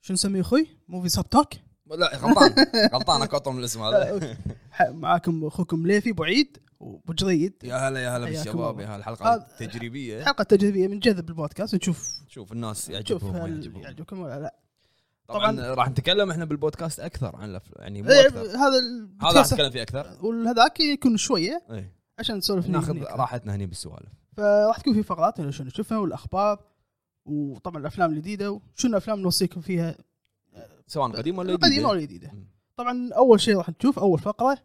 شو نسميه اخوي؟ موفي سب توك لا غلطان غلطان اكوطر من الاسم هذا ح- معاكم اخوكم ليفي بعيد وبجريد يا هلا يا هلا حياكم بالشباب الله. يا هلا الحلقه هذا- التجريبيه حلقه تجريبيه من جذب البودكاست نشوف شوف الناس شوف يعجبهم ما هل يعجبهم يعجبكم ولا لا طبعا راح نتكلم احنا بالبودكاست اكثر عن الافلام يعني مو إيه، اكثر هذا هذا راح البودكاست نتكلم فيه اكثر وهذاك يكون شويه إيه. عشان نسولف هني ناخذ هني أكثر. راحتنا هني بالسوالف فراح تكون في فقرات اللي شو نشوفها والاخبار وطبعا الافلام الجديده وشنو الافلام نوصيكم فيها سواء قديم ولا القديمه جديد آه، ولا الجديده مم. طبعا اول شيء راح نشوف اول فقره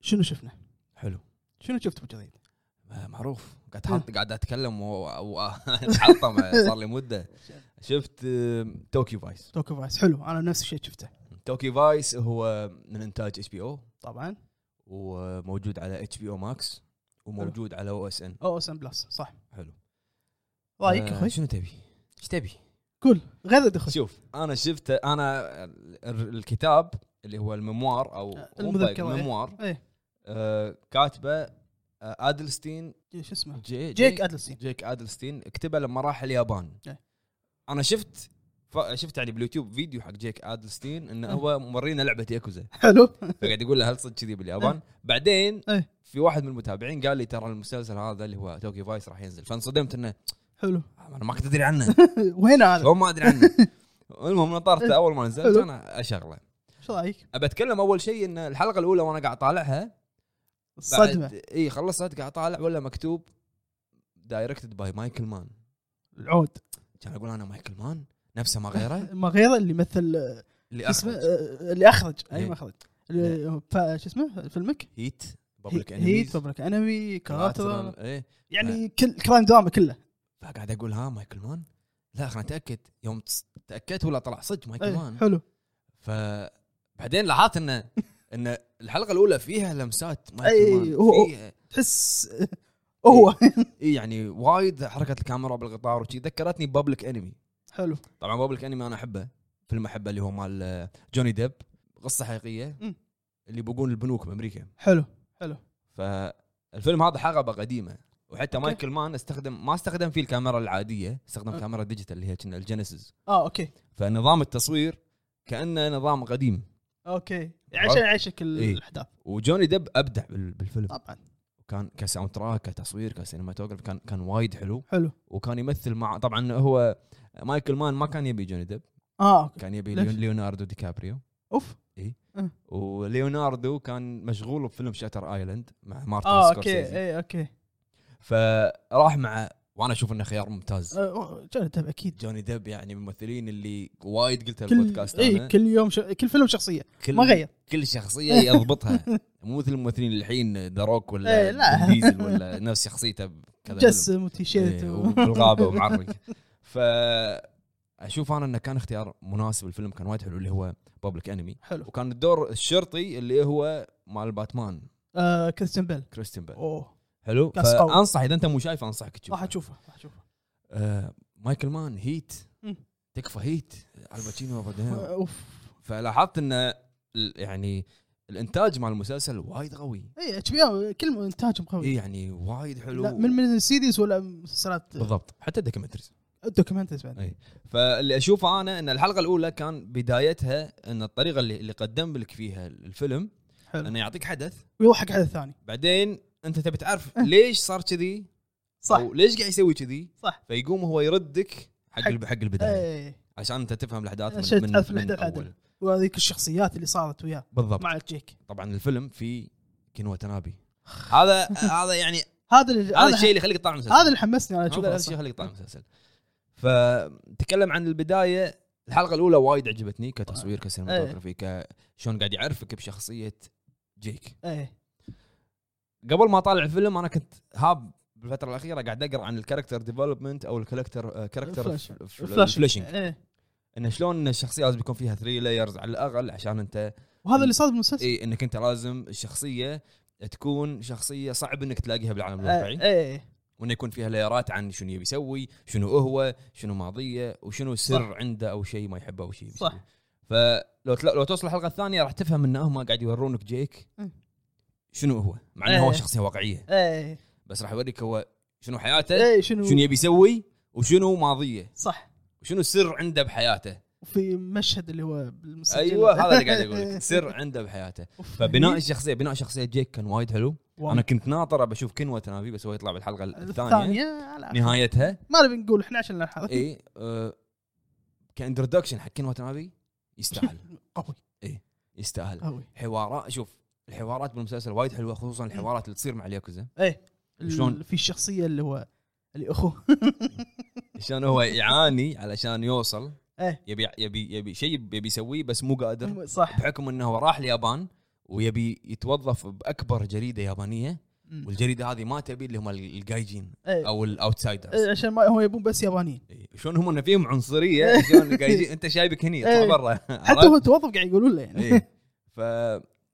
شنو شفنا حلو شنو شفت بجريد آه، معروف قاعد حط قاعد اتكلم واتحطم صار لي مده شفت آه، توكيو فايس توكو فايس حلو انا نفس الشيء شفته توكيو فايس هو من انتاج اتش بي او طبعا وموجود على اتش بي او ماكس وموجود على او اس ان او اس ام بلس Oh, صح حلو رايك آه، اخوي شنو تبي؟ ايش تبي؟ قول غير اخوي شوف انا شفت انا ال- الكتاب اللي هو الميموار او آه، مو المذكرة، بايك، الميموار إيه. آه، كاتبه آه، ادلستين شو اسمه جي جيك ادلسين جيك ادلستين كتبه لما راح اليابان إيه. انا شفت ف- شفت يعني باليوتيوب فيديو حق جيك ادلستين انه إيه. هو مورينا لعبه ياكوزا حلو فقاعد يقول له هل صدق كذي باليابان بعدين إيه. في واحد من المتابعين قال لي ترى المسلسل هذا اللي هو توكي فايس راح ينزل فانصدمت انه حلو انا ما كنت ادري عنه وين هذا هو ما ادري عنه المهم نطرت اول ما نزلت حلو. انا اشغله شو رايك ابى اتكلم اول شيء ان الحلقه الاولى وانا قاعد طالعها الصدمه اي خلصت قاعد طالع ولا مكتوب دايركتد باي مايكل مان العود كان اقول انا مايكل مان نفسه ما غيره ما غير اللي مثل آه، اللي شو اسمه اسمه آه، اللي اخرج اي إيه. مخرج اللي- فا- شو اسمه فيلمك هيت بابليك هيت انميز بابليك انمي كاراترا ايه يعني كل كرايم دراما كله فقاعد اقول ها مايكل مان لا خلنا نتاكد يوم تس- تاكدت ولا طلع صدق مايكل إيه، مان حلو فبعدين لاحظت انه ان الحلقه الاولى فيها لمسات أي، مايكل مان إيه، هو- فيها تحس آه، هو اي يعني وايد حركه الكاميرا بالقطار وشي ذكرتني بابليك انمي حلو طبعا بابليك انمي انا احبه فيلم احبه اللي هو مال آه، جوني ديب قصه حقيقيه مم. اللي بقون البنوك بامريكا حلو حلو فالفيلم هذا حقبه قديمه وحتى أوكي. مايكل مان استخدم ما استخدم فيه الكاميرا العاديه استخدم أوكي. كاميرا ديجيتال اللي هي كنا الجينيسيس اه اوكي فنظام التصوير كانه نظام قديم اوكي عرفت؟ عشان يعيشك ال- إيه. الاحداث وجوني ديب ابدع بال- بالفيلم طبعا كان كساوند تراك كتصوير كسينماتوجراف كان كان وايد حلو حلو وكان يمثل مع طبعا هو مايكل مان ما كان يبي جوني ديب اه اوكي كان يبي ليش؟ ليون- ليوناردو دي كابريو اوف وليوناردو كان مشغول بفيلم شاتر ايلاند مع مارتن اه اوكي سكورسيزي اي اوكي فراح مع وانا اشوف انه خيار ممتاز آه، جوني ديب اكيد جوني ديب يعني من الممثلين اللي وايد قلت كل البودكاست اي انا كل يوم ش... كل فيلم شخصيه كل ما غير كل شخصيه يضبطها مو مثل الممثلين اللي الحين داروك ولا إيه، لا. فين ديزل ولا نفس شخصيته بكذا فيلم. جسم وتيشيرت إيه، و- وبالغابه ومعرق ف اشوف انا انه كان اختيار مناسب الفيلم كان وايد حلو اللي هو بابليك انمي حلو وكان الدور الشرطي اللي هو مال باتمان آه، كريستيان بيل كريستين بيل اوه حلو كاس قوي. فانصح اذا انت مو شايف انصحك تشوف راح اشوفه راح اشوفه آه مايكل مان هيت مم. تكفى هيت الباتشينو آه، وبعدين- اوف فلاحظت ان ال- يعني الانتاج مال المسلسل وايد قوي اي اتش إيه، بي كل انتاجهم قوي اي يعني وايد حلو لا من من السيريز ولا مسلسلات بالضبط حتى الدوكيومنتريز الدوكيومنتريز بعد إيه. فاللي اشوفه انا ان الحلقه الاولى كان بدايتها ان الطريقه اللي, اللي قدم لك فيها الفيلم حلو انه يعطيك حدث ويروح حق حدث ثاني بعدين انت تبي تعرف ليش صار كذي صح او ليش قاعد يسوي كذي صح. فيقوم هو يردك حق حق- الب- حق إيه، البدايه اي عشان انت تفهم الاحداث عشان من, من, تعرف من الأحداث اول عدل. وهذيك الشخصيات اللي صارت وياه بالضبط مع جيك طبعا الفيلم في كين وتنابي هذا هذا يعني هذا اللي هذا هذا الشيء اللي يخليك تطالع المسلسل هذا اللي حمسني انا هذا الشيء اشوفه يخليك تطالع المسلسل فتكلم عن البدايه الحلقه الاولى وايد عجبتني كتصوير كسينماتوجرافي إيه. ك شلون قاعد يعرفك بشخصيه جيك اي قبل ما اطالع الفيلم انا كنت هاب بالفتره الاخيره قاعد اقرا عن الكاركتر ديفلوبمنت او الكاركتر كاركتر فلاشنج إيه. انه شلون إن الشخصيه لازم يكون فيها 3 لايرز على الاقل عشان انت وهذا اللي صار بالمسلسل اي انك انت لازم الشخصيه تكون شخصيه صعب انك تلاقيها إيه، بالعالم الواقعي اي وانه يكون فيها ليرات عن شنو يبي يسوي، شنو هو، شنو ماضيه، وشنو سر صح. عنده او شيء ما يحبه او شيء يبي صح. يسويه. فلو تلا- لو توصل الحلقه الثانيه راح تفهم ان هم قاعد يورونك جيك مم. شنو هو، مع انه هو إيه. شخصيه واقعيه، اي بس راح يوريك هو إيه. شنو أه. حياته، اي إيه، شنو شنو يبي يسوي، وشنو ماضيه، صح وشنو السر عنده بحياته. وفي مشهد اللي هو بالمسجل ايوه هذا اللي قاعد اقول لك سر عنده بحياته فبناء الشخصيه بناء شخصيه جيك كان وايد حلو انا كنت ناطره بشوف كنوه تنافي بس هو يطلع بالحلقه الثانيه الثانية لا، نهايتها ما نبي نقول احنا عشان نلحظ اي آه كانترودكشن حق كنوه تنافي يستاهل إيه، قوي يستاهل قوي حوارات شوف الحوارات بالمسلسل وايد حلوه خصوصا الحوارات اللي تصير مع الياكوزا ايه ال- شلون؟ في الشخصية اللي هو اللي اخوه عشان هو يعاني علشان يوصل إيه. يبي يبي يبي شيء يبي يسويه بس مو قادر صح بحكم انه هو راح اليابان ويبي يتوظف باكبر جريده يابانيه مم. والجريده هذه ما تبي اللي هم الجايجين إيه. او الاوتسايدرز إيه، عشان ما هم يبون بس يابانيين إيه. شلون هم إن فيهم عنصريه شلون الجايجين انت شايبك هني إيه. اطلع برا حتى هو توظف قاعد يقولون له يعني ايه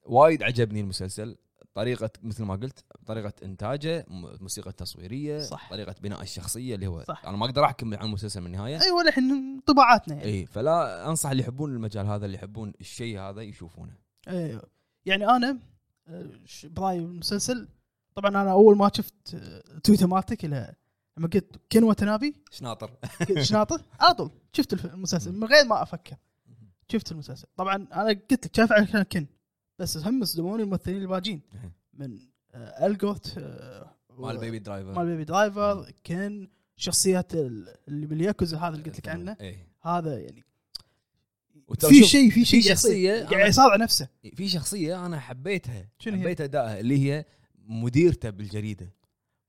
فوايد عجبني المسلسل طريقة مثل ما قلت طريقة إنتاجه م- موسيقى تصويرية صح. طريقة بناء الشخصية اللي هو صح. أنا ما أقدر أحكم عن المسلسل من النهاية ايوه الحين طباعاتنا يعني اي فلا أنصح اللي يحبون المجال هذا اللي يحبون الشيء هذا يشوفونه ايوه يعني انا آه، ش- برايي المسلسل طبعا انا اول ما شفت آه، تويتر مالتك الى لما قلت كن وتنابي شناطر قلت شناطه على طول شفت الف- المسلسل من غير ما افكر شفت المسلسل طبعا انا قلت لك شايف عشان كن بس هم صدموني الممثلين الباجين إيه. من آه، الجوت آه، مال بيبي درايفر مال بيبي درايفر كن شخصيات ال- اللي بالياكوزا هذا اللي قلت لك عنه اي هذا يعني وترى في إيه. شوف، شيء في شيء في شخصية شخصية أنا- قاعد يصارع نفسه في شخصية أنا حبيتها شنو هي؟ حبيت أدائها اللي هي مديرته بالجريدة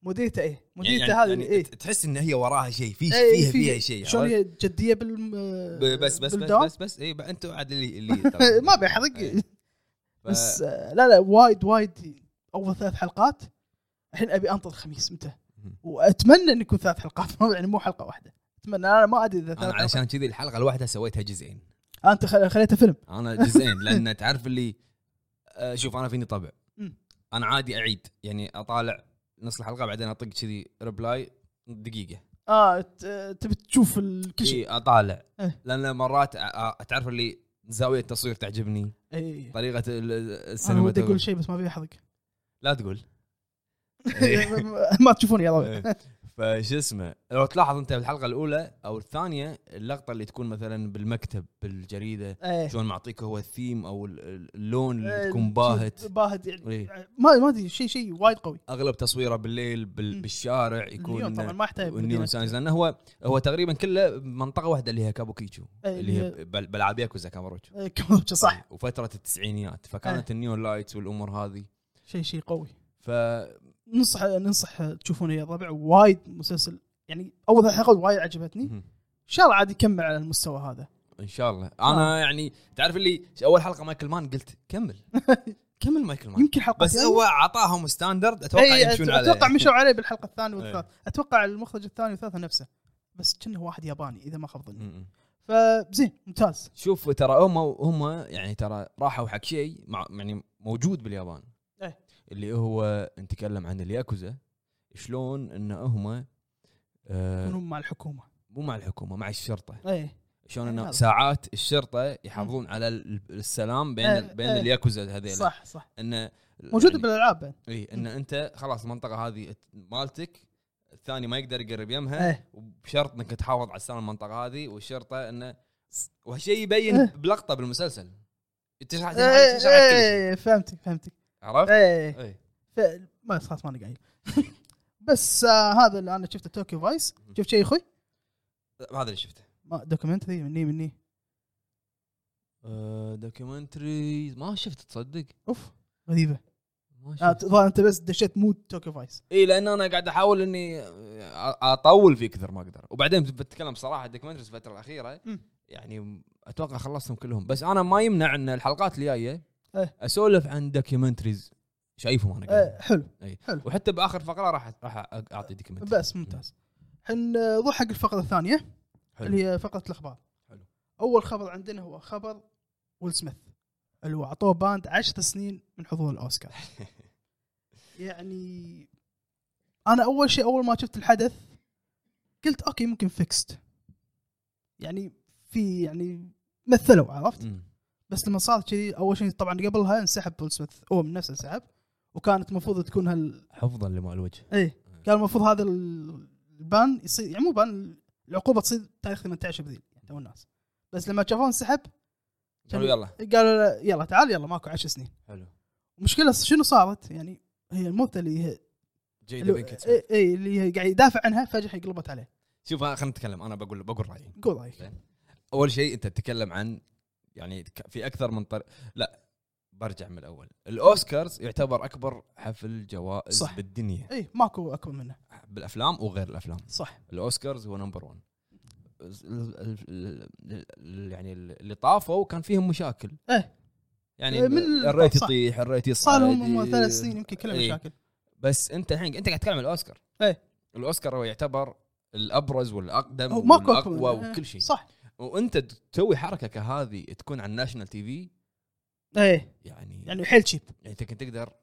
مديرته ايه مديرته يعني- هذه يعني ايه ت- تحس إن هي وراها شيء في إيه، في- فيها فيها شيء شلون عرفت؟ هي جديه بال ب- بس بس بس بالدوام؟ بس, بس إيه، اي انتوا عاد اللي إيه. اللي ما بيحرق ف- بس آه، لا لا وايد وايد اول ثلاث حلقات الحين ابي انطر الخميس متى مهم. واتمنى ان يكون ثلاث حلقات يعني مو حلقه واحده اتمنى انا ما ادري اذا انا ثلاث حلقات علشان كذي الحلقه الواحده سويتها جزئين انت خل- خليته فيلم انا جزئين لان تعرف اللي آه، شوف انا فيني طبع مم. انا عادي اعيد يعني اطالع نص الحلقه بعدين اطق كذي ريبلاي دقيقه اه ت- آه، تبي تشوف ال- كل شيء إي، اطالع إيه. لان مرات آه، آه، تعرف اللي زاويه التصوير تعجبني اي طريقه ال- انا السينما إيه. ودي اقول شيء بس ما ابي احرق لا تقول إيه. ما تشوفوني يا ضوي إيه. فش اسمه لو تلاحظ انت بالحلقه الاولى او الثانيه اللقطه اللي تكون مثلا بالمكتب بالجريده إيه. شلون معطيك هو الثيم او ال- ال- اللون اللي آه، تكون باهت باهت يعني إيه. ما ما ادري شيء شيء وايد قوي اغلب تصويره بالليل مم. بال- بالشارع النيون يكون طبعا ما يحتاج والنيون مدينة. ساينز لانه هو هو تقريبا كله منطقه واحده اللي هي كابوكيتشو إيه، اللي هي اللي بل- بلعب ياكوزا كاماروتشو إيه، كمبوتشر صح إيه. وفتره التسعينيات فكانت النيون لايتس والامور هذه شيء شيء قوي ف إيه. ننصح ننصح تشوفونه يا ربع وايد مسلسل يعني اول ثلاث حلقات وايد عجبتني ان مهم. شاء الله عاد يكمل على المستوى هذا ان شاء الله آه. انا يعني تعرف اللي اول حلقه مايكل مان قلت كمل كمل مايكل مان يمكن حلقه بس هو اعطاهم ستاندرد اتوقع يمشون عليه اتوقع مشوا عليه بالحلقه الثانيه والثالثه اتوقع المخرج الثاني والثالثه نفسه بس كأنه واحد ياباني اذا ما خاب ظني مم. فزين ممتاز شوف ترى هم هم يعني ترى راحوا حق شيء مع يعني موجود باليابان إيه. اللي هو نتكلم عن الياكوزا شلون ان هم آه، منهم مع الحكومه مو مع الحكومه مع الشرطه ايه شلون إيه انه هذا. ساعات الشرطه يحافظون على ال- السلام بين إيه، ال- بين إيه. الياكوزا هذيل صح صح انه موجود يعني- بالالعاب بعد. اي ان انت خلاص المنطقه هذه مالتك الثاني ما يقدر يقرب يمها ايه وبشرط انك تحافظ على السلام المنطقه هذه والشرطه انه وهالشيء يبين إيه. بلقطه بالمسلسل تشرح تشرح إيه، تشرح على كل شيء إيه، فهمتك فهمتك عرفت؟ ايه إيه. ف- ما خلاص ماني قايل بس آه هذا اللي انا شفته توكيو فايس شفت شيء يا اخوي هذا اللي شفته ما دوكيومنتري مني مني دوكيومنتري آه، ما شفت تصدق اوف غريبه ما آه، شفت تظهر انت بس دشيت مود توكيو فايس اي لان انا إيه، قاعد احاول اني أ- اطول فيه كثر ما اقدر وبعدين بتكلم صراحه الدوكيومنتريز الفتره الاخيره مم. يعني اتوقع خلصتهم كلهم بس انا ما يمنع ان الحلقات اللي جايه إيه. اسولف عن دوكيومنتريز شايفهم انا قاعد. آه حلو وحتى باخر فقره راح راح اعطي دوكيومنتري بس ممتاز الحين آه، نروح حق الفقره الثانيه حلو. اللي هي فقره الاخبار حلو. اول خبر عندنا هو خبر ويل سميث اللي هو اعطوه باند 10 سنين من حضور الاوسكار يعني انا اول شيء اول ما شفت الحدث قلت اوكي ممكن فيكست يعني في يعني مثلوا عرفت مم. بس لما صار كذي اول شيء طبعا قبلها انسحب بول سميث هو من نفسه انسحب وكانت المفروض تكون هال حفظا لما الوجه ايه إيه. كان المفروض هذا البان يصير يعني مو بان العقوبه تصير تاريخ 18 ابريل يعني تو الناس بس لما شافوه انسحب قالوا كان- طيب، يلا قالوا له يلا تعال يلا ماكو عشر سنين حلو المشكله شنو صارت يعني هي الموتة اللي هي جيدا بينكت اللي, اي اللي هي قاعد يدافع عنها فجاه انقلبت عليه شوف أنا- خلينا نتكلم انا بقول بقول رايي قول رايك إيه. اول شيء انت تتكلم عن يعني ك- في اكثر من طريق لا برجع من الاول الاوسكارز يعتبر اكبر حفل جوائز صح. صح. بالدنيا اي إيه، ماكو اكبر منه بالافلام وغير الافلام صح الاوسكارز هو نمبر 1 يعني اللي طافوا كان فيهم مشاكل إيه. يعني إيه، من- الريت صح. يطيح الريت يصعد صار لهم ثلاث سنين يمكن كلها إي. مشاكل بس انت الحين انت قاعد تتكلم عن الاوسكار إيه. الاوسكار هو يعتبر الابرز والاقدم هو ماكو أكبر والاقوى منه. إيه. وكل شيء صح وانت تسوي حركه كهذه تكون على الناشونال تي في ايه يعني يعني يعني حيل شيب انت كنت تقدر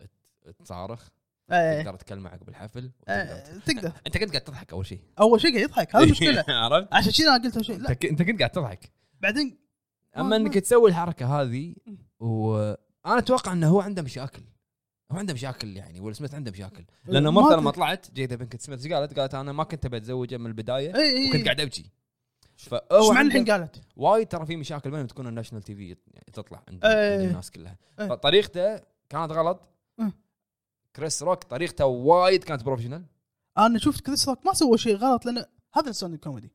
ت- تصارخ ايه تقدر تكلمك بالحفل وتقدر ت- إيه، تقدر انت كنت قاعد تضحك اول شيء اول شيء قاعد يضحك إيه. هذا المشكله عرفت عشان كذا انا قلت أول شيء انت لا ك- انت كنت قاعد تضحك بعدين اما انك تسوي الحركه هذه وانا اتوقع انه هو عنده مشاكل هو عنده مشاكل يعني ويل سميث عنده مشاكل لانه إيه، ما مره ت- لما طلعت جيدا بنكت سميث إيش قالت قالت انا ما كنت بتزوجه من البدايه اي وكنت اي قاعد ابكي ايش فهو إيه، معنى عنده الحين قالت وايد ترى في مشاكل بينهم تكون الناشونال تي في تطلع عند إيه. عند الناس كلها إيه. فطريقته كانت غلط إيه. كريس روك طريقته وايد كانت بروفيشنال انا شفت كريس روك ما سوى شيء غلط لان هذا السوني كوميدي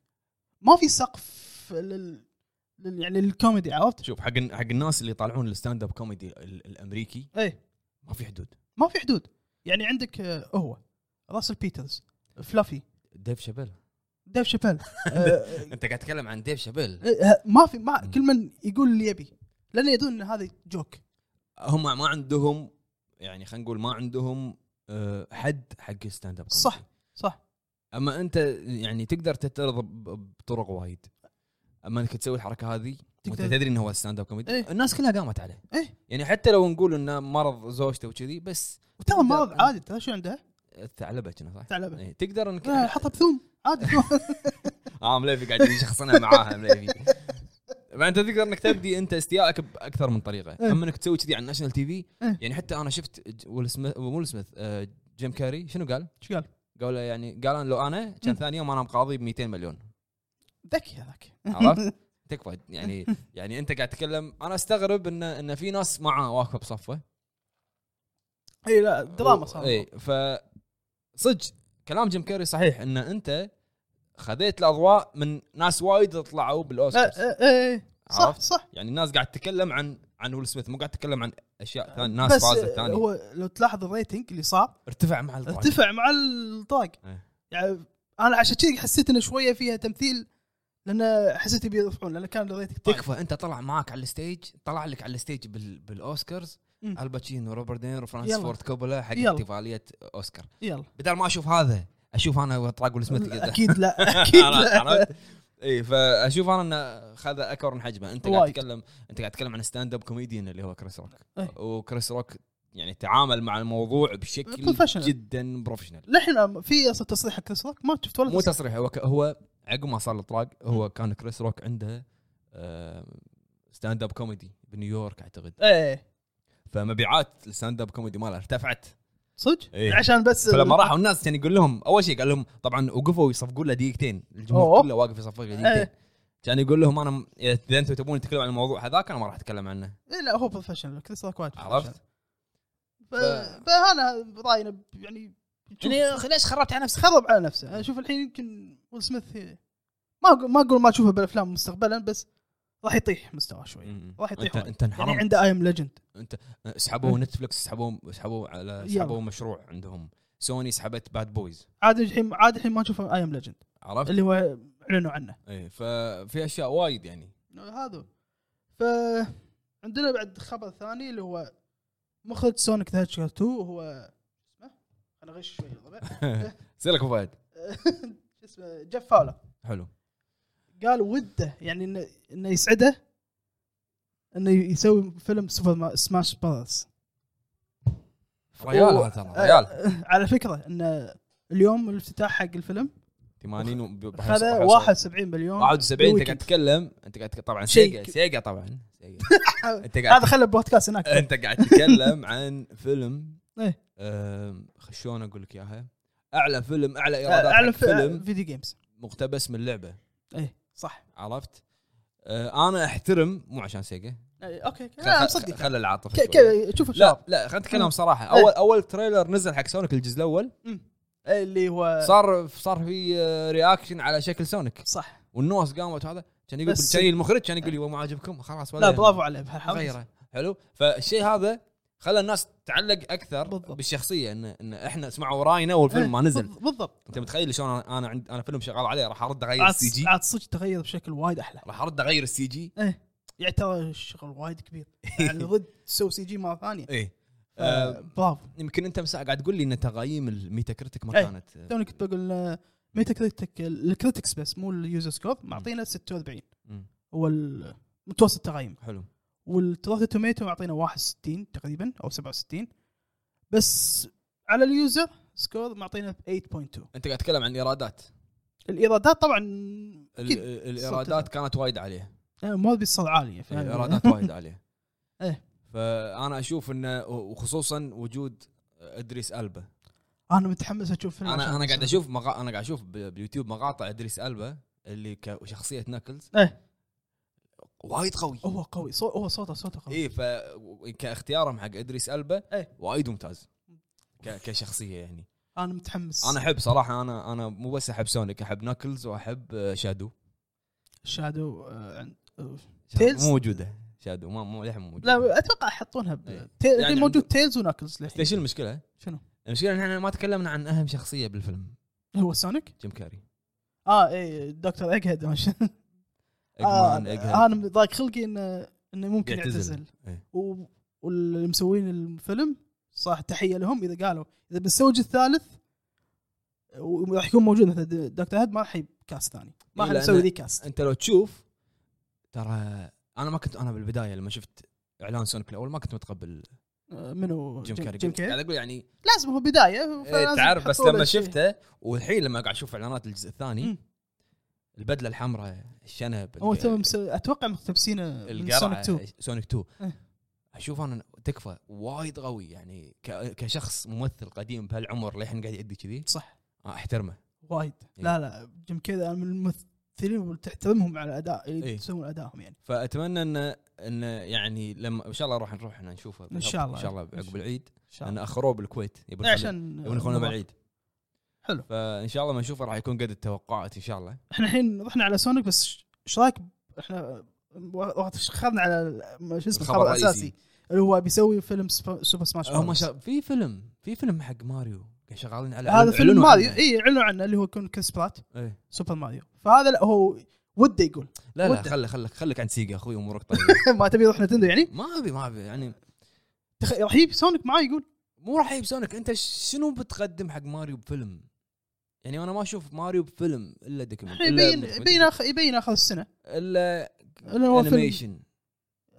ما في سقف لل... لل... يعني الكوميدي عرفت؟ شوف حق حق الناس اللي يطالعون الستاند اب كوميدي ال- الامريكي ايه ما في حدود ما في حدود يعني عندك آه، هو راسل بيترز فلافي ديف شابيل ديف شابيل آه، انت قاعد تتكلم عن ديف شابيل آه، ما في ما كل من يقول اللي يبي لان يدون ان هذا جوك هم ما عندهم يعني خلينا نقول ما عندهم آه، حد حق ستاند اب صح. صح اما انت يعني تقدر تتعرض ب- بطرق وايد اما انك تسوي الحركه هذه وانت تقدر. تدري انه هو ستاند اب كوميدي إيه. الناس كلها قامت عليه إيه. يعني حتى لو نقول انه مرض زوجته وكذي بس وترى مرض عادي ترى شو عنده؟ الثعلبه كنا صح؟ ثعلبة. إيه، تقدر انك آه، حطها بثوم عادي اه مليفي قاعد يشخصنها معاها مليفي فانت تقدر انك تبدي انت استيائك باكثر من طريقه إيه. اما انك تسوي كذي على الناشونال تي في إيه. يعني حتى انا شفت ج- ويل سميث مو ويل سميث آه، جيم كاري شنو قال؟ شو قال؟ قال له يعني قال أنا لو انا مم. كان ثاني يوم انا مقاضي ب 200 مليون ذكي هذاك عرفت؟ تكفى يعني يعني انت قاعد تتكلم انا استغرب ان ان في ناس معاه واقفه بصفه اي لا دراما صار اي ف صدق كلام جيم كاري صحيح ان انت خذيت الاضواء من ناس وايد طلعوا بالاوسكار اي صح عرفت؟ صح يعني الناس قاعد تتكلم عن عن ويل سميث مو قاعد تتكلم عن اشياء ثانيه ناس بس فازت ثانيه هو لو تلاحظ الريتنج اللي صار ارتفع مع القاعدة. ارتفع مع الطاق إيه. يعني انا عشان كذي حسيت انه شويه فيها تمثيل لان حسيت بيرفعون لان كان الريتنج طاق تكفى انت طلع معك على الستيج طلع لك على الستيج بال... بالاوسكارز مم. الباتشينو روبرت دينيرو فرانسيس يلا. فورد كوبولا حق يلا. احتفاليه اوسكار يلا بدل ما اشوف هذا اشوف انا طاق ويل سميث كذا. اكيد لا اكيد لا عرفت؟ إيه، اي فاشوف انا انه خذ اكبر من حجمه انت قاعد وايد. تتكلم انت قاعد تتكلم عن ستاند اب كوميديان اللي هو كريس روك إيه. وكريس روك يعني تعامل مع الموضوع بشكل Professional. جدا بروفيشنال للحين أنا في اصلا تصريح كريس روك ما شفت ولا مو تصريح. تصريح هو ك- هو عقب ما صار الاطلاق هو كان كريس روك عنده آه، ستاند اب كوميدي بنيويورك اعتقد ايه فمبيعات الستاند اب كوميدي ماله ارتفعت صدق إيه. عشان بس فلما راحوا الناس كان يقول لهم اول شيء قال لهم طبعا وقفوا يصفقون له دقيقتين الجمهور أوه. كله واقف يصفق له إيه. دقيقتين كان يقول لهم انا م- اذا انتم تبون تتكلمون عن الموضوع هذاك انا ما راح اتكلم عنه إيه لا هو بروفيشنال كريس روك وايد عرفت؟ ف- فانا راينا ب- يعني شوف، يعني ليش خربت على نفسك؟ خرب على نفسه انا اشوف الحين يمكن ويل سميث هي- ما اقول ما اقول ما اشوفه بالافلام مستقبلا بس راح يطيح مستواه شوي راح يطيح انت وايد. انت يعني انحرمت عنده اي ام ليجند سحبوا نتفلكس سحبوا سحبوا على يلا. سحبوا مشروع عندهم سوني سحبت باد بويز عاد الحين عاد الحين ما اشوفه اي ام ليجند عرفت؟ اللي هو اعلنوا عنه ايه ففي اشياء وايد يعني هذا ف عندنا بعد خبر ثاني اللي هو مخرج سونيك ذا 2 هو اسمه انا غش شوي طبعا سألك ابو فهد شو اسمه جيف فاولر حلو قال وده يعني انه انه يسعده انه يسوي فيلم سوبر ما سماش براذرز ريال و- هذا ترى أه. ريال على فكره انه اليوم الافتتاح حق الفيلم 80 وب- بحيص- خذ بحيص- 71 مليون 71 انت بالويكند. قاعد تتكلم انت قاعد تتكلم- طبعا أه؟ شيء سيجا ك- سيجا طبعا سيجا. انت قاعد هذا خلى البودكاست هناك انت قاعد تتكلم عن فيلم إيه. آم، خ- شلون اقول لك اياها؟ اعلى فيلم آه، اعلى ايرادات اعلن حق فيلم فيديو جيمز مقتبس من لعبه ايه إيه، صح عرفت؟ آه، انا احترم مو عشان سيجا إيه، اوكي خل- لا خل- مصدق خل العاطفه ك- شوي. ك- شوف الشباب لا لا خلينا نتكلم مم. صراحه إيه. اول اول تريلر نزل حق سونيك الجزء الاول اللي هو صار صار في آه، رياكشن على شكل سونيك صح والناس قامت وهذا كان يقول بس- كان المخرج كان يقول لي مو عاجبكم خلاص ولا لا يهم. برافو عليه بهالحمد إيه، غيره حلو فالشيء هذا خلى الناس تعلق اكثر بالضبط. إيه، بالضبط. بالشخصيه ان ان احنا سمعوا راينا والفيلم ما نزل بالضبط انت متخيل شلون انا انا عند انا فيلم شغال عليه راح ارد اغير عاد السي جي عاد صدق تغير بشكل وايد احلى راح ارد اغير السي جي ايه يعني ترى الشغل وايد كبير يعني ضد تسوي سي جي مره ثانيه ايه آه، آه، برافو يمكن انت مساء قاعد تقول لي ان تقايم الميتا كريتك ما إيه. كانت آه، توني كنت بقول آه، ميتا كريتك الكريتكس بس مو اليوزر سكور معطينا 46 مم، هو ال- متوسط التقييم حلو والتراث توميتو معطينا 61 تقريبا او 67 بس على اليوزر سكور معطينا 8.2 انت قاعد تتكلم عن الايرادات الايرادات طبعا ال- أكيد. ال- الايرادات كانت وايد عليها آه، ما ابي صار عاليه إيه، الايرادات وايد عليها إيه. فانا اشوف انه وخصوصا وجود ادريس البا انا متحمس اشوف فيلم عشان انا انا قاعد أصلاً. اشوف مقا... انا قاعد اشوف ب- باليوتيوب مقاطع ادريس البا اللي كشخصيه ناكلز إيه. وايد قوي هو قوي صو... هو صوته صوته قوي اي ف كاختيارهم حق ادريس البا إيه. وايد ممتاز ك... كشخصيه يعني انا متحمس انا احب صراحه انا انا مو بس احب سونيك احب ناكلز واحب آه، شادو شادو آه، عن- إيه. آه، شادو Tails؟ مو موجوده شادو ما مو لحم موجوده لا اتوقع يحطونها ب... إيه. تي... يعني يعني موجود تيلز وناكلز للحين. ليش المشكله؟ شنو؟ المشكله ان احنا ما تكلمنا عن اهم شخصيه بالفيلم هو سونيك؟ جيم كاري اه اي دكتور اجهد ما شاء الله. آه إجمان، إجهاد. انا ضايق خلقي انه انه ممكن يعتزل. يعتزل إيه. و... واللي مسوين الفيلم صح تحيه لهم اذا قالوا اذا بنسوي الجزء الثالث وراح يكون موجود مثلا د- دكتور هاد ما راح يجيب كاست ثاني ما راح إيه، لأن- نسوي ذي كاست انت لو تشوف ترى انا ما كنت انا بالبدايه لما شفت اعلان سونيك الاول ما كنت متقبل آه، منو جيم كاري جيم قاعد كاري اقول يعني لازم هو بدايه إيه، فلازم تعرف بس يحطوا له لما إيه. شيء. شفته والحين لما قاعد اشوف اعلانات الجزء الثاني مم. البدله الحمراء الشنب هو ال- تو مس- اتوقع مقتبسينه من سونيك القرعه 2 سونيك 2 إيه. اشوف انا تكفى وايد قوي يعني ك- كشخص ممثل قديم بهالعمر للحين قاعد يأدي كذي صح آه، احترمه وايد إيه. لا لا جيم كذا انا من الممثلين اللي تحترمهم على الاداء اللي إيه. يسوون ادائهم يعني فاتمنى ان ان يعني لما ان شاء الله راح نروح إحنا نشوفه إن شاء الله. ان شاء الله عقب العيد ان شاء لان الله اخروه بالكويت يبون إيه، يخلون- عشان يبون يخلونه بالعيد حلو. فان شاء الله ما نشوفه راح يكون قد التوقعات ان شاء الله احنا الحين رحنا على سونيك بس ش- ايش رايك ب- احنا وقت خذنا على ال- ما شو اسمه الخبر الخبر الرئيسي. الاساسي اللي هو بيسوي فيلم سب- سوبر سماش هم براذرز. شا... في فيلم في فيلم حق ماريو شغالين على هذا على- فيلم علنوا ماريو عنه. اي اعلنوا عنه اللي هو يكون كريس برات إيه. سوبر ماريو فهذا لا هو وده يقول لا لا وده. خلي خليك خليك عن سيجا اخوي امورك طيبه ما تبي يروح نتندو يعني ما ابي ما ابي يعني تخ... راح يجيب سونيك معاه يقول مو راح يجيب سونيك انت شنو بتقدم حق ماريو بفيلم؟ يعني انا ما اشوف ماريو بفيلم الا دوكيومنت إحنا يبين يبين آخر- يبين اخر السنه الا اللي هو فيلم انيميشن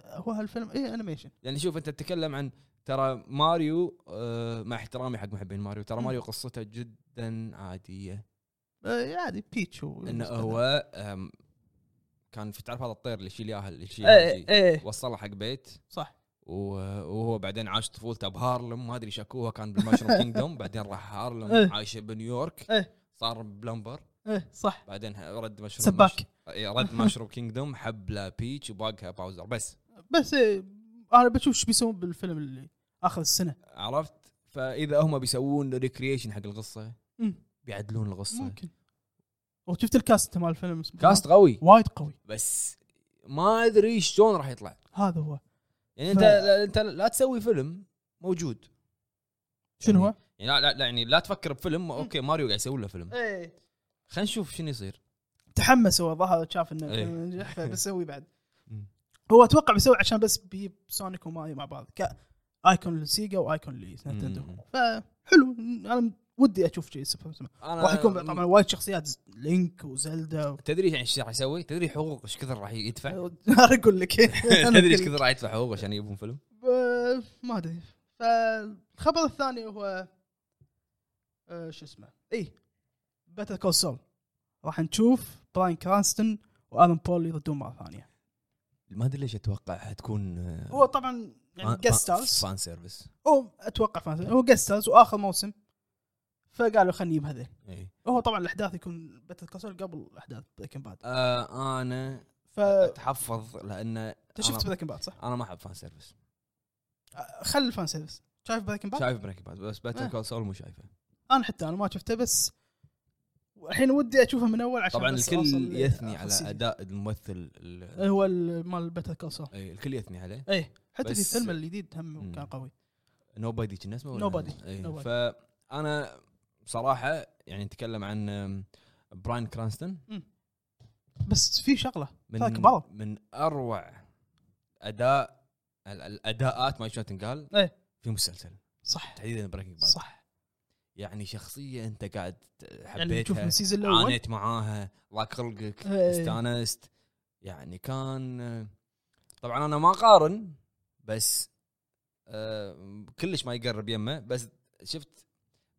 هو هالفيلم إيه، اي انيميشن يعني شوف انت تتكلم عن ترى ماريو آه مع احترامي حق محبين ماريو ترى مم. ماريو قصته جدا عاديه آه، عادي بيتش و- انه هو آم، كان في تعرف هذا الطير اللي يشيل ياها اللي يشيل ياها ايه يجي. ايه وصله حق بيت صح و- وهو بعدين عاش طفولته بهارلم ما ادري شكوها كان بالمشروم كينجدوم بعدين راح إيه. هارلم عايشه بنيويورك إيه. صار بلمبر ايه صح بعدين ه- رد مشروم سباك إيه، رد مشروم كينجدوم حبله بيتش وباقها باوزر بس بس إيه انا بشوف ايش بيسوون بالفيلم اللي اخر السنه عرفت فاذا هم بيسوون ريكريشن حق القصه مم. بيعدلون القصه ممكن وشفت الكاست مال الفيلم كاست قوي وايد قوي بس ما ادري شلون راح يطلع هذا هو يعني ف- انت لا انت لا تسوي فيلم موجود شنو يعني- هو؟ يعني لا- لا لا يعني لا تفكر بفيلم اوكي ماريو قاعد يسوي له فيلم ايه خلينا نشوف شنو يصير تحمس هو ظهر شاف انه إيه. الفيلم نجح فبيسوي بعد مم. هو اتوقع بيسوي عشان بس بيجيب سونيك وماريو مع بعض كايكون لسيجا وايكون لنتندو مم. فحلو انا ودي اشوف شيء سوبر سماش. انا راح يكون طبعا وايد شخصيات ز- لينك وزلدا و... تدري يعني ايش راح يسوي؟ تدري حقوق ايش كثر راح يدفع؟ انا اقول لك أنا تدري ايش أقول لك. كثر راح يدفع حقوق عشان يجيبون فيلم؟ ب- ما ادري فالخبر الثاني هو آه، شو اسمه اي باتل كول سول راح نشوف براين كرانستون وارن بول يردون مره ثانيه ما ادري ليش اتوقع حتكون هو طبعا يعني جيست ستارز فان سيرفيس هو اتوقع فانز هو جيست ستارز واخر موسم فقالوا خلينا نجيب هذول اي هو طبعا الاحداث يكون باتل كول سول قبل احداث بريكنج باد آه انا فانت اتحفظ لان شفت أنا- بريكن باد صح؟ انا ما احب فان سيرفيس آه، خل الفان سيرفيس شايف بريكن باد؟ شايف بريك باد بس آه. باتل كول سول مو شايفه انا حتى انا ما شفته بس الحين ودي اشوفه من اول عشان طبعا بس أوصل الكل ل- يثني على أحس- اداء الممثل ال- هو ال- مال بيتر كول اي الكل يثني عليه ايه حتى بس- في الفيلم الجديد هم مم. كان قوي نو بادي كان اسمه Nobody. Nobody. اي فانا بصراحه يعني نتكلم عن أم، براين كرانستون بس في شغله ذاك من بابا. من اروع اداء ال- الاداءات ما شلون تنقال إيه. في مسلسل صح تحديدا بريكنج باد صح يعني شخصيه انت قاعد ت- يعني تشوف حبيتها من السيزون الاول عانيت معاها ضاق خلقك إيه. استانست يعني كان آه، طبعا انا ما اقارن بس آه، كلش ما يقرب يمه بس شفت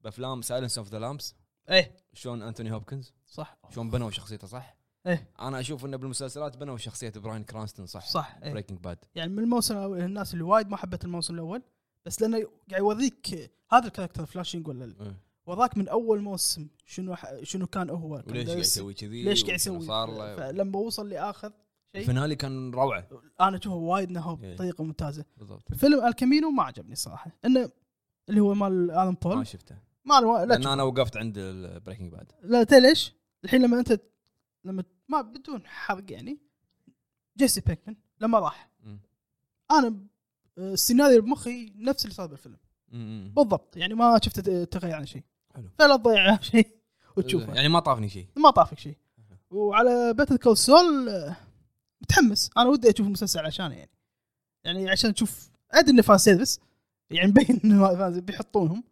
بافلام سايلنس اوف ذا لامبس ايه شلون انتوني هوبكنز صح شلون بنوا شخصيته صح؟ إيه. انا اشوف انه بالمسلسلات بنوا شخصيه براين كرانستون صح صح إيه. بريكنج باد يعني من الموسم الاول الناس اللي وايد ما حبت الموسم الاول بس لانه قاعد يوريك هذا الكاركتر فلاشينج ولا ال- إيه. وراك من اول موسم شنو ح- شنو كان هو كان وليش قاعد دايس- يسوي كذي ليش قاعد وشنو يسوي إيه. صار له فلما وصل لاخر شيء الفينالي كان روعه انا اشوفه وايد انه إيه. بطريقه ممتازه بالضبط فيلم الكامينو ما عجبني صراحه انه اللي هو مال الان ما بول شفته ما له- لا لان انا وقفت عند بريكنج باد لا تدري ليش؟ الحين لما انت لما ما بدون حرق يعني جيسي بيكمان لما راح انا ب- السيناريو بمخي نفس اللي صار بالفيلم بالضبط يعني ما شفت ت- تغير عن شيء حلو. فلا تضيع شيء وتشوفه يعني ما طافني شيء ما طافك شيء وعلى باتل كول سول متحمس انا ودي اشوف المسلسل عشانه يعني يعني عشان تشوف ادري انه فان سيرفس يعني مبين انه فان سيرفيس بيحطونهم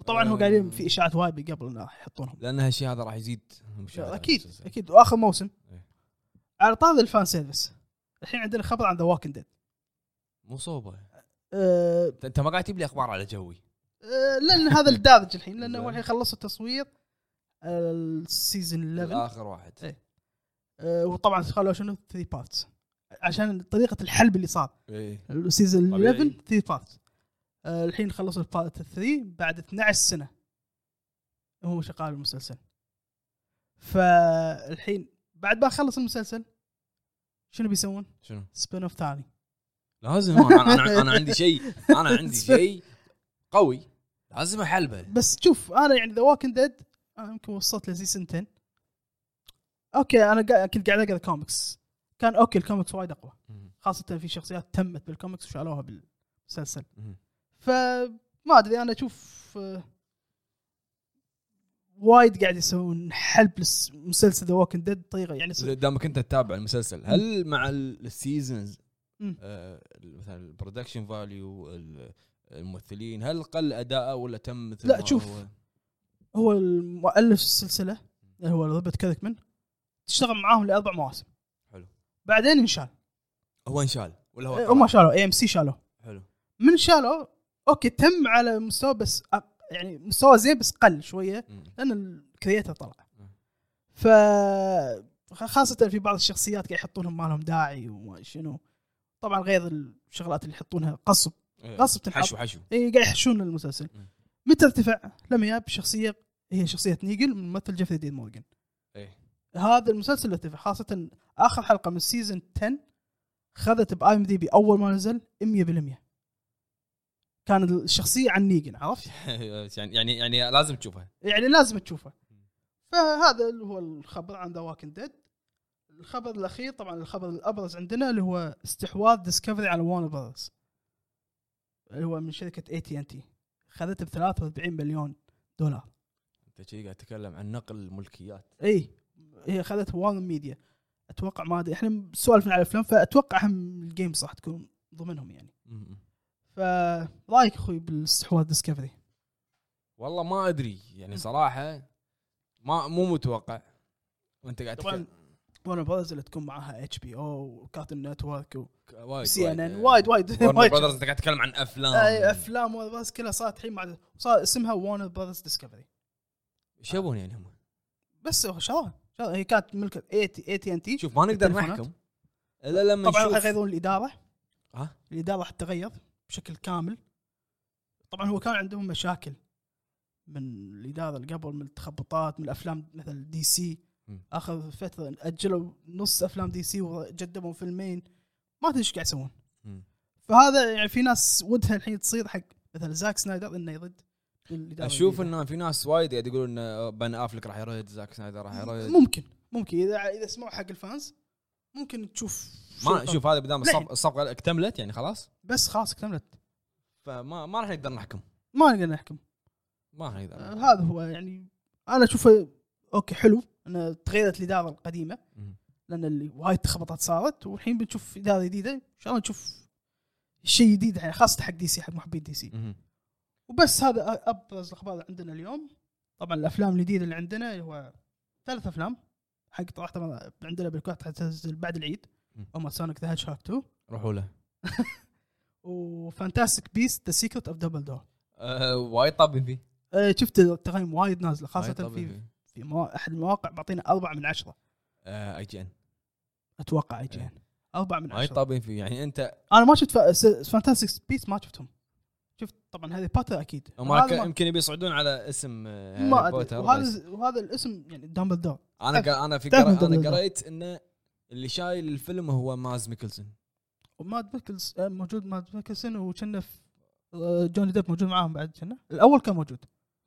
وطبعا هو قايلين في اشاعات وايد قبل انه يحطونهم لان هالشيء هذا راح يزيد مشاهدة اكيد المسلسل. اكيد واخر موسم إيه. على طار الفان سيرفيس الحين عندنا خبر عن ذا واكن ديد مو صوبه أنت- انت ما قاعد تجيب لي اخبار على جوي لان أه، هذا الدارج الحين لانه زين. هو الحين خلصوا التصوير السيزون 11 اخر واحد إيه. آه، وطبعا خلوا شنو 3 بارتس عشان طريقه الحلب اللي صار إيه. السيزون طبيعي. 11 3 بارتس آه، الحين خلصوا البارت 3 بعد 12 سنه هو شغال المسلسل فالحين بعد ما خلص المسلسل شنو بيسوون؟ شنو سبين اوف ثاني لازم انا انا, أنا عندي شيء انا عندي شيء قوي لازم احلبه بس شوف انا يعني ذا واكن ديد انا يمكن وصلت لزي سنتين اوكي انا قا... كنت قاعد اقرا كوميكس كان اوكي الكوميكس وايد اقوى خاصه في شخصيات تمت بالكوميكس وشالوها بالمسلسل فما ادري انا اشوف آه، وايد قاعد يسوون حلب لمسلسل ذا واكن ديد بطريقه يعني ص- دامك انت تتابع المسلسل هل مع ال- السيزونز مم. آه، مثلا البرودكشن فاليو ال- الممثلين هل قل اداءه ولا تم مثل لا، ما شوف. هو؟ هو المؤلف السلسله اللي هو روبرت كيركمان تشتغل معاهم لاربع مواسم حلو. بعدين انشال هو انشال ولا هو إيه، هم قرار؟ شالوا اي ام سي شالوه حلو من شالوا اوكي تم على مستوى بس أق- يعني مستوى زين بس قل شويه مم. لان الكرييتر طلع مم. ف خاصة في بعض الشخصيات قاعد يحطونهم ما لهم داعي وما شنو طبعا غير الشغلات اللي يحطونها قصب إيه. غصب تنحط. حشو حشو اي إيه، قاعد يحشون المسلسل مم. متى ارتفع؟ لما جاب شخصية هي شخصية نيجل من ممثل جيفري دين مورجان إيه. هذا المسلسل اللي ارتفع خاصة اخر حلقة من سيزون 10 خذت باي ام دي بي اول ما نزل 100% كان الشخصية عن نيجن عرفت؟ يعني يعني يعني لازم تشوفها يعني لازم تشوفه فهذا اللي هو الخبر عن ذا واكن ديد الخبر الاخير طبعا الخبر الابرز عندنا اللي هو استحواذ ديسكفري على وان براذرز اللي هو من شركه اي تي ان تي خذته ب 43 مليون دولار انت شي قاعد تتكلم عن نقل الملكيات اي هي خذته وان ميديا اتوقع ما ادري احنا سوالفنا على الافلام فاتوقع هم الجيمز راح تكون ضمنهم يعني فرايك اخوي بالاستحواذ ديسكفري والله ما ادري يعني صراحه ما مو متوقع وانت قاعد طبعاً. تتكلم- وان براذرز اللي تكون معاها اتش بي او وكارتون نتورك و ك- وايد سي ان ان وايد وايد ورنر وايد براذرز انت قاعد تتكلم عن افلام اي افلام ورنر براذرز كلها صارت الحين مع صار اسمها ورنر براذرز ديسكفري ايش يبون يعني هم؟ بس هو شراها شراها. هي كانت ملك اي تي ان تي شوف ما نقدر التلفونات. نحكم الا لما طبعا راح نشوف آه؟ يغيرون الاداره ها؟ الاداره راح تتغير بشكل كامل طبعا هو كان عندهم مشاكل من الاداره اللي قبل من التخبطات من الافلام مثل دي سي مم. اخر فتره اجلوا نص افلام دي سي وقدموا فيلمين ما تدري ايش قاعد يسوون مم. فهذا يعني في ناس ودها الحين تصير حق مثل زاك سنايدر انه يرد الإدارة اشوف الجديدة. انه في ناس وايد قاعد يقولون إن بن افلك راح يرد زاك سنايدر راح يرد ممكن ممكن اذا اذا سمعوا حق الفانز ممكن تشوف ما شيء شوف هذا بدام لحن. الصفقه الصفقة اكتملت يعني خلاص بس خلاص اكتملت فما ما راح نقدر نحكم ما نقدر نحكم ما راح نقدر آه، نحكم. هذا هو يعني انا اشوفه اوكي حلو انه تغيرت الاداره القديمه مم. لان اللي وايد تخبطات صارت والحين بنشوف اداره جديده ان شاء الله نشوف شيء جديد يعني خاصه حق دي سي حق محبين دي سي مم. وبس هذا ابرز الاخبار اللي عندنا اليوم طبعا الافلام الجديده اللي عندنا هو ثلاث افلام حق طبعا طبعاً عندنا بالكويت حتنزل بعد العيد مم. هم سونيك ذا هيدج 2 روحوا له وفانتاستيك بيست ذا سيكرت اوف دبل دور أه، وايد طابين فيه إيه، شفت التقييم وايد نازله خاصه وايد طابين في فيه في موا- احد المواقع بعطينا أربعة من عشرة اي جي ان اتوقع اي جي أربعة من إيه. وايد عشرة طابين فيه يعني انت انا ما شفت فانتاستيك بيست ما شفتهم شفت طبعا هذه باتر اكيد هم هذا ك- يمكن يبي يصعدون على اسم آه، ما, ما هاري أدري. بوتر بس. وهذا وهذا الاسم يعني دامبلدور انا قا- انا في تعرف قرا- من دون انا الدور. قريت انه اللي شايل الفيلم هو ماز ميكلسون وماد ميكلز آه، موجود ماد ميكلسون وكنا في آه، جوني ديب موجود معاهم بعد كنا الاول كان موجود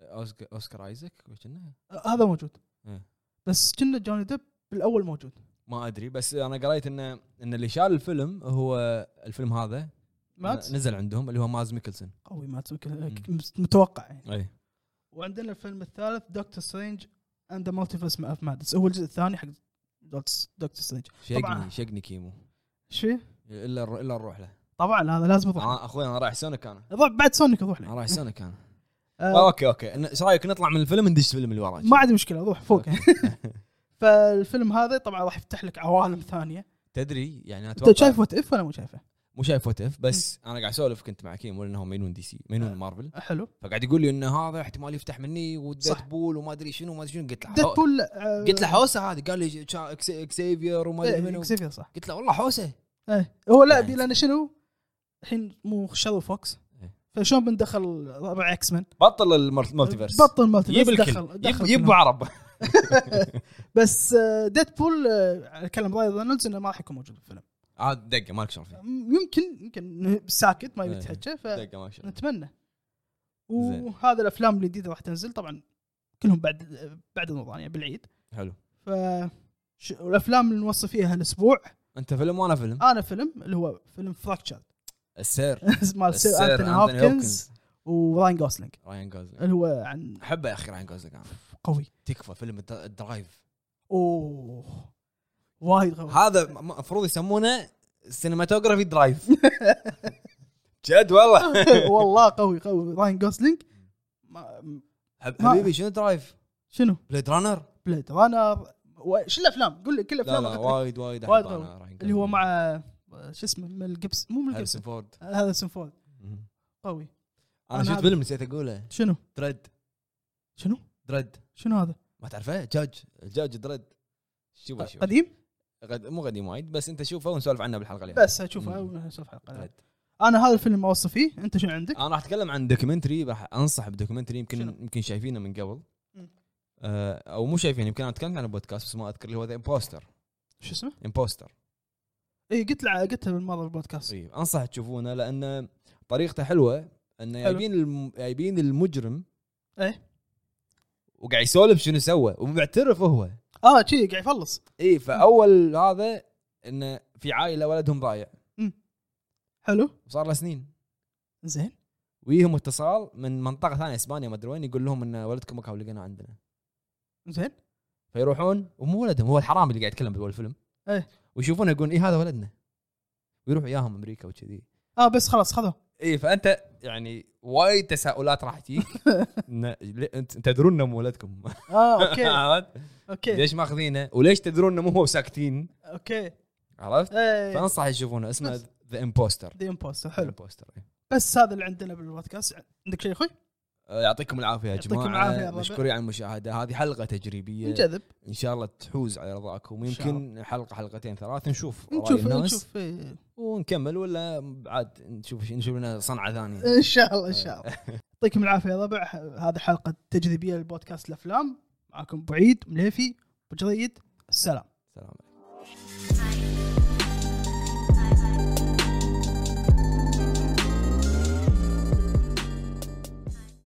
أوسك- اوسكار ايزك وشنه؟ آه، هذا موجود إيه. بس كنا جوني ديب بالاول موجود ما ادري بس انا قريت انه ان اللي شال الفيلم هو الفيلم هذا مات نزل عندهم اللي هو ماز ميكلسون قوي مات متوقع يعني اي وعندنا الفيلم الثالث دكتور سترينج اند ذا مالتيفيرس اوف مادنس هو الجزء الثاني حق دكتور سترينج طبعاً. شقني شقني كيمو شو الا الر- الا نروح له طبعا هذا لازم يروح أنا- اخوي انا رايح سونيك انا روح بعد سونيك روح انا له رايح سونيك انا آه، اوكي اوكي ن- ايش رايك نطلع من الفيلم ندش الفيلم اللي وراك ما عندي مشكله روح فوق فالفيلم هذا طبعا راح يفتح لك عوالم ثانيه تدري يعني اتوقع انت شايف وات اف ولا مو شايفه؟ مو شايف وات اف بس انا قاعد اسولف كنت مع كيمو لانهم مينون دي سي مينون مارفل حلو فقاعد يقول لي انه هذا احتمال يفتح مني آه. صح. وديدبول وما ادري شنو وما ادري شنو قلت له حو- ديدبول قلت له حوسه هذه قال لي شا- إكس- اكسيفير وما إيه، ادري منو اكسفير صح قلت له والله حوسه إيه. هو لا يعني. بي- لان شنو؟ الحين مو شادو فوكس إيه. فشلون بندخل ربع اكس مان بطل المالتيفيرس بطل مالتيفيرس يب دخل الكل دخل يب- يب عرب بس ديدبول على كلام راين رينولدز انه ما راح يكون موجود بالفيلم عاد دقه مالك شغل فيه يمكن يمكن ساكت ما يبي إيه. يتحجى دقه مالك شغل فنتمنى زين. وهذا الافلام الجديده راح تنزل طبعا كلهم بعد بعد رمضان يعني بالعيد حلو ف ش- والافلام اللي نوصف فيها هالاسبوع انت فيلم وانا فيلم انا فيلم اللي هو فيلم فراكشر السير مال سير السير انتوني أنتوني هوبكنز هوبكنز. وراين جوسلينج راين جوزلينج اللي هو عن احبه يا اخي راين جوزلينج أنا. قوي تكفى فيلم الد- الدرايف اوه وايد قوي هذا م- المفروض يسمونه سينماتوجرافي درايف جد والله والله قوي قوي راين جوسلينج ما- حب- ما- حبيبي شنو درايف؟ شنو بليد رانر؟ بليد رانر و- شو الافلام قول لي كل لا الافلام لا أخذت- وايد يعني. وايد وايد احب قوي. أنا راين اللي هو جوزلينج. مع آه، شو اسمه ميل جيبس مو ميل جيبسون هاريسون فورد هذا سنفورد قوي انا أنا شفت هذا- فيلم نسيت اقوله شنو دريد شنو دريد شنو هذا ما تعرفه جاج جاج دريد شوفه شوفه أه، قديم غد مو قديم وايد بس انت شوفه ونسولف عنه بالحلقه اليوم بس اشوفه مم. اشوف حلقه دريد. انا هذا الفيلم اوصف فيه انت شنو عندك انا راح اتكلم عن دوكيومنتري راح انصح بدوكيومنتري يمكن شنو؟ يمكن شايفينه من قبل مم. آه او مو شايفينه يمكن انا تكلمت عنه بودكاست بس ما اذكر اللي هو ذا امبوستر شو اسمه امبوستر اي قلت له قلتها بالمره بالبودكاست طيب انصح تشوفونه لان طريقته حلوه انه حلو. جايبين الم... جايبين المجرم إيه. وقاعد يسولف شنو سوى ومعترف هو اه شي قاعد يفلص اي فاول هذا انه في عائله ولدهم ضايع حلو وصار له سنين زين ويهم اتصال من منطقه ثانيه اسبانيا ما ادري وين يقول لهم ان ولدكم مكاو لقيناه عندنا زين فيروحون ومو ولدهم هو الحرامي اللي قاعد يتكلم باول الفيلم إيه. ويشوفونه يقولون اي هذا ولدنا ويروح وياهم امريكا وكذي اه بس خلاص خذوه اي فانت إيه، يعني وايد تساؤلات راح تجيك إن- لي- انت تدرون انه مو ولدكم اه اوكي عرفت؟ اوكي ليش ماخذينه وليش تدرون انه مو هو ساكتين اوكي عرفت؟ ايه فانصح يشوفونه اسمه بس. ذا امبوستر دي امبوستر حلو امبوستر بس هذا اللي عندنا بالبودكاست عندك شيء اخوي؟ أه، يعطيكم العافيه يا يعطيكم العافية يا جماعه ربع. مشكورين على المشاهده هذه حلقه تجريبيه نجذب ان شاء الله تحوز على رضاكم إن شاء يمكن حلقه حلقتين ثلاث نشوف رأي نشوف الناس نشوف إيه. ونكمل ولا عاد نشوف نشوف لنا صنعه ثانيه ان شاء الله ان شاء الله يعطيكم العافيه يا ربع ه- هذه حلقه تجريبيه لبودكاست الافلام معكم بعيد مليفي بالجديد السلام سلام عليكم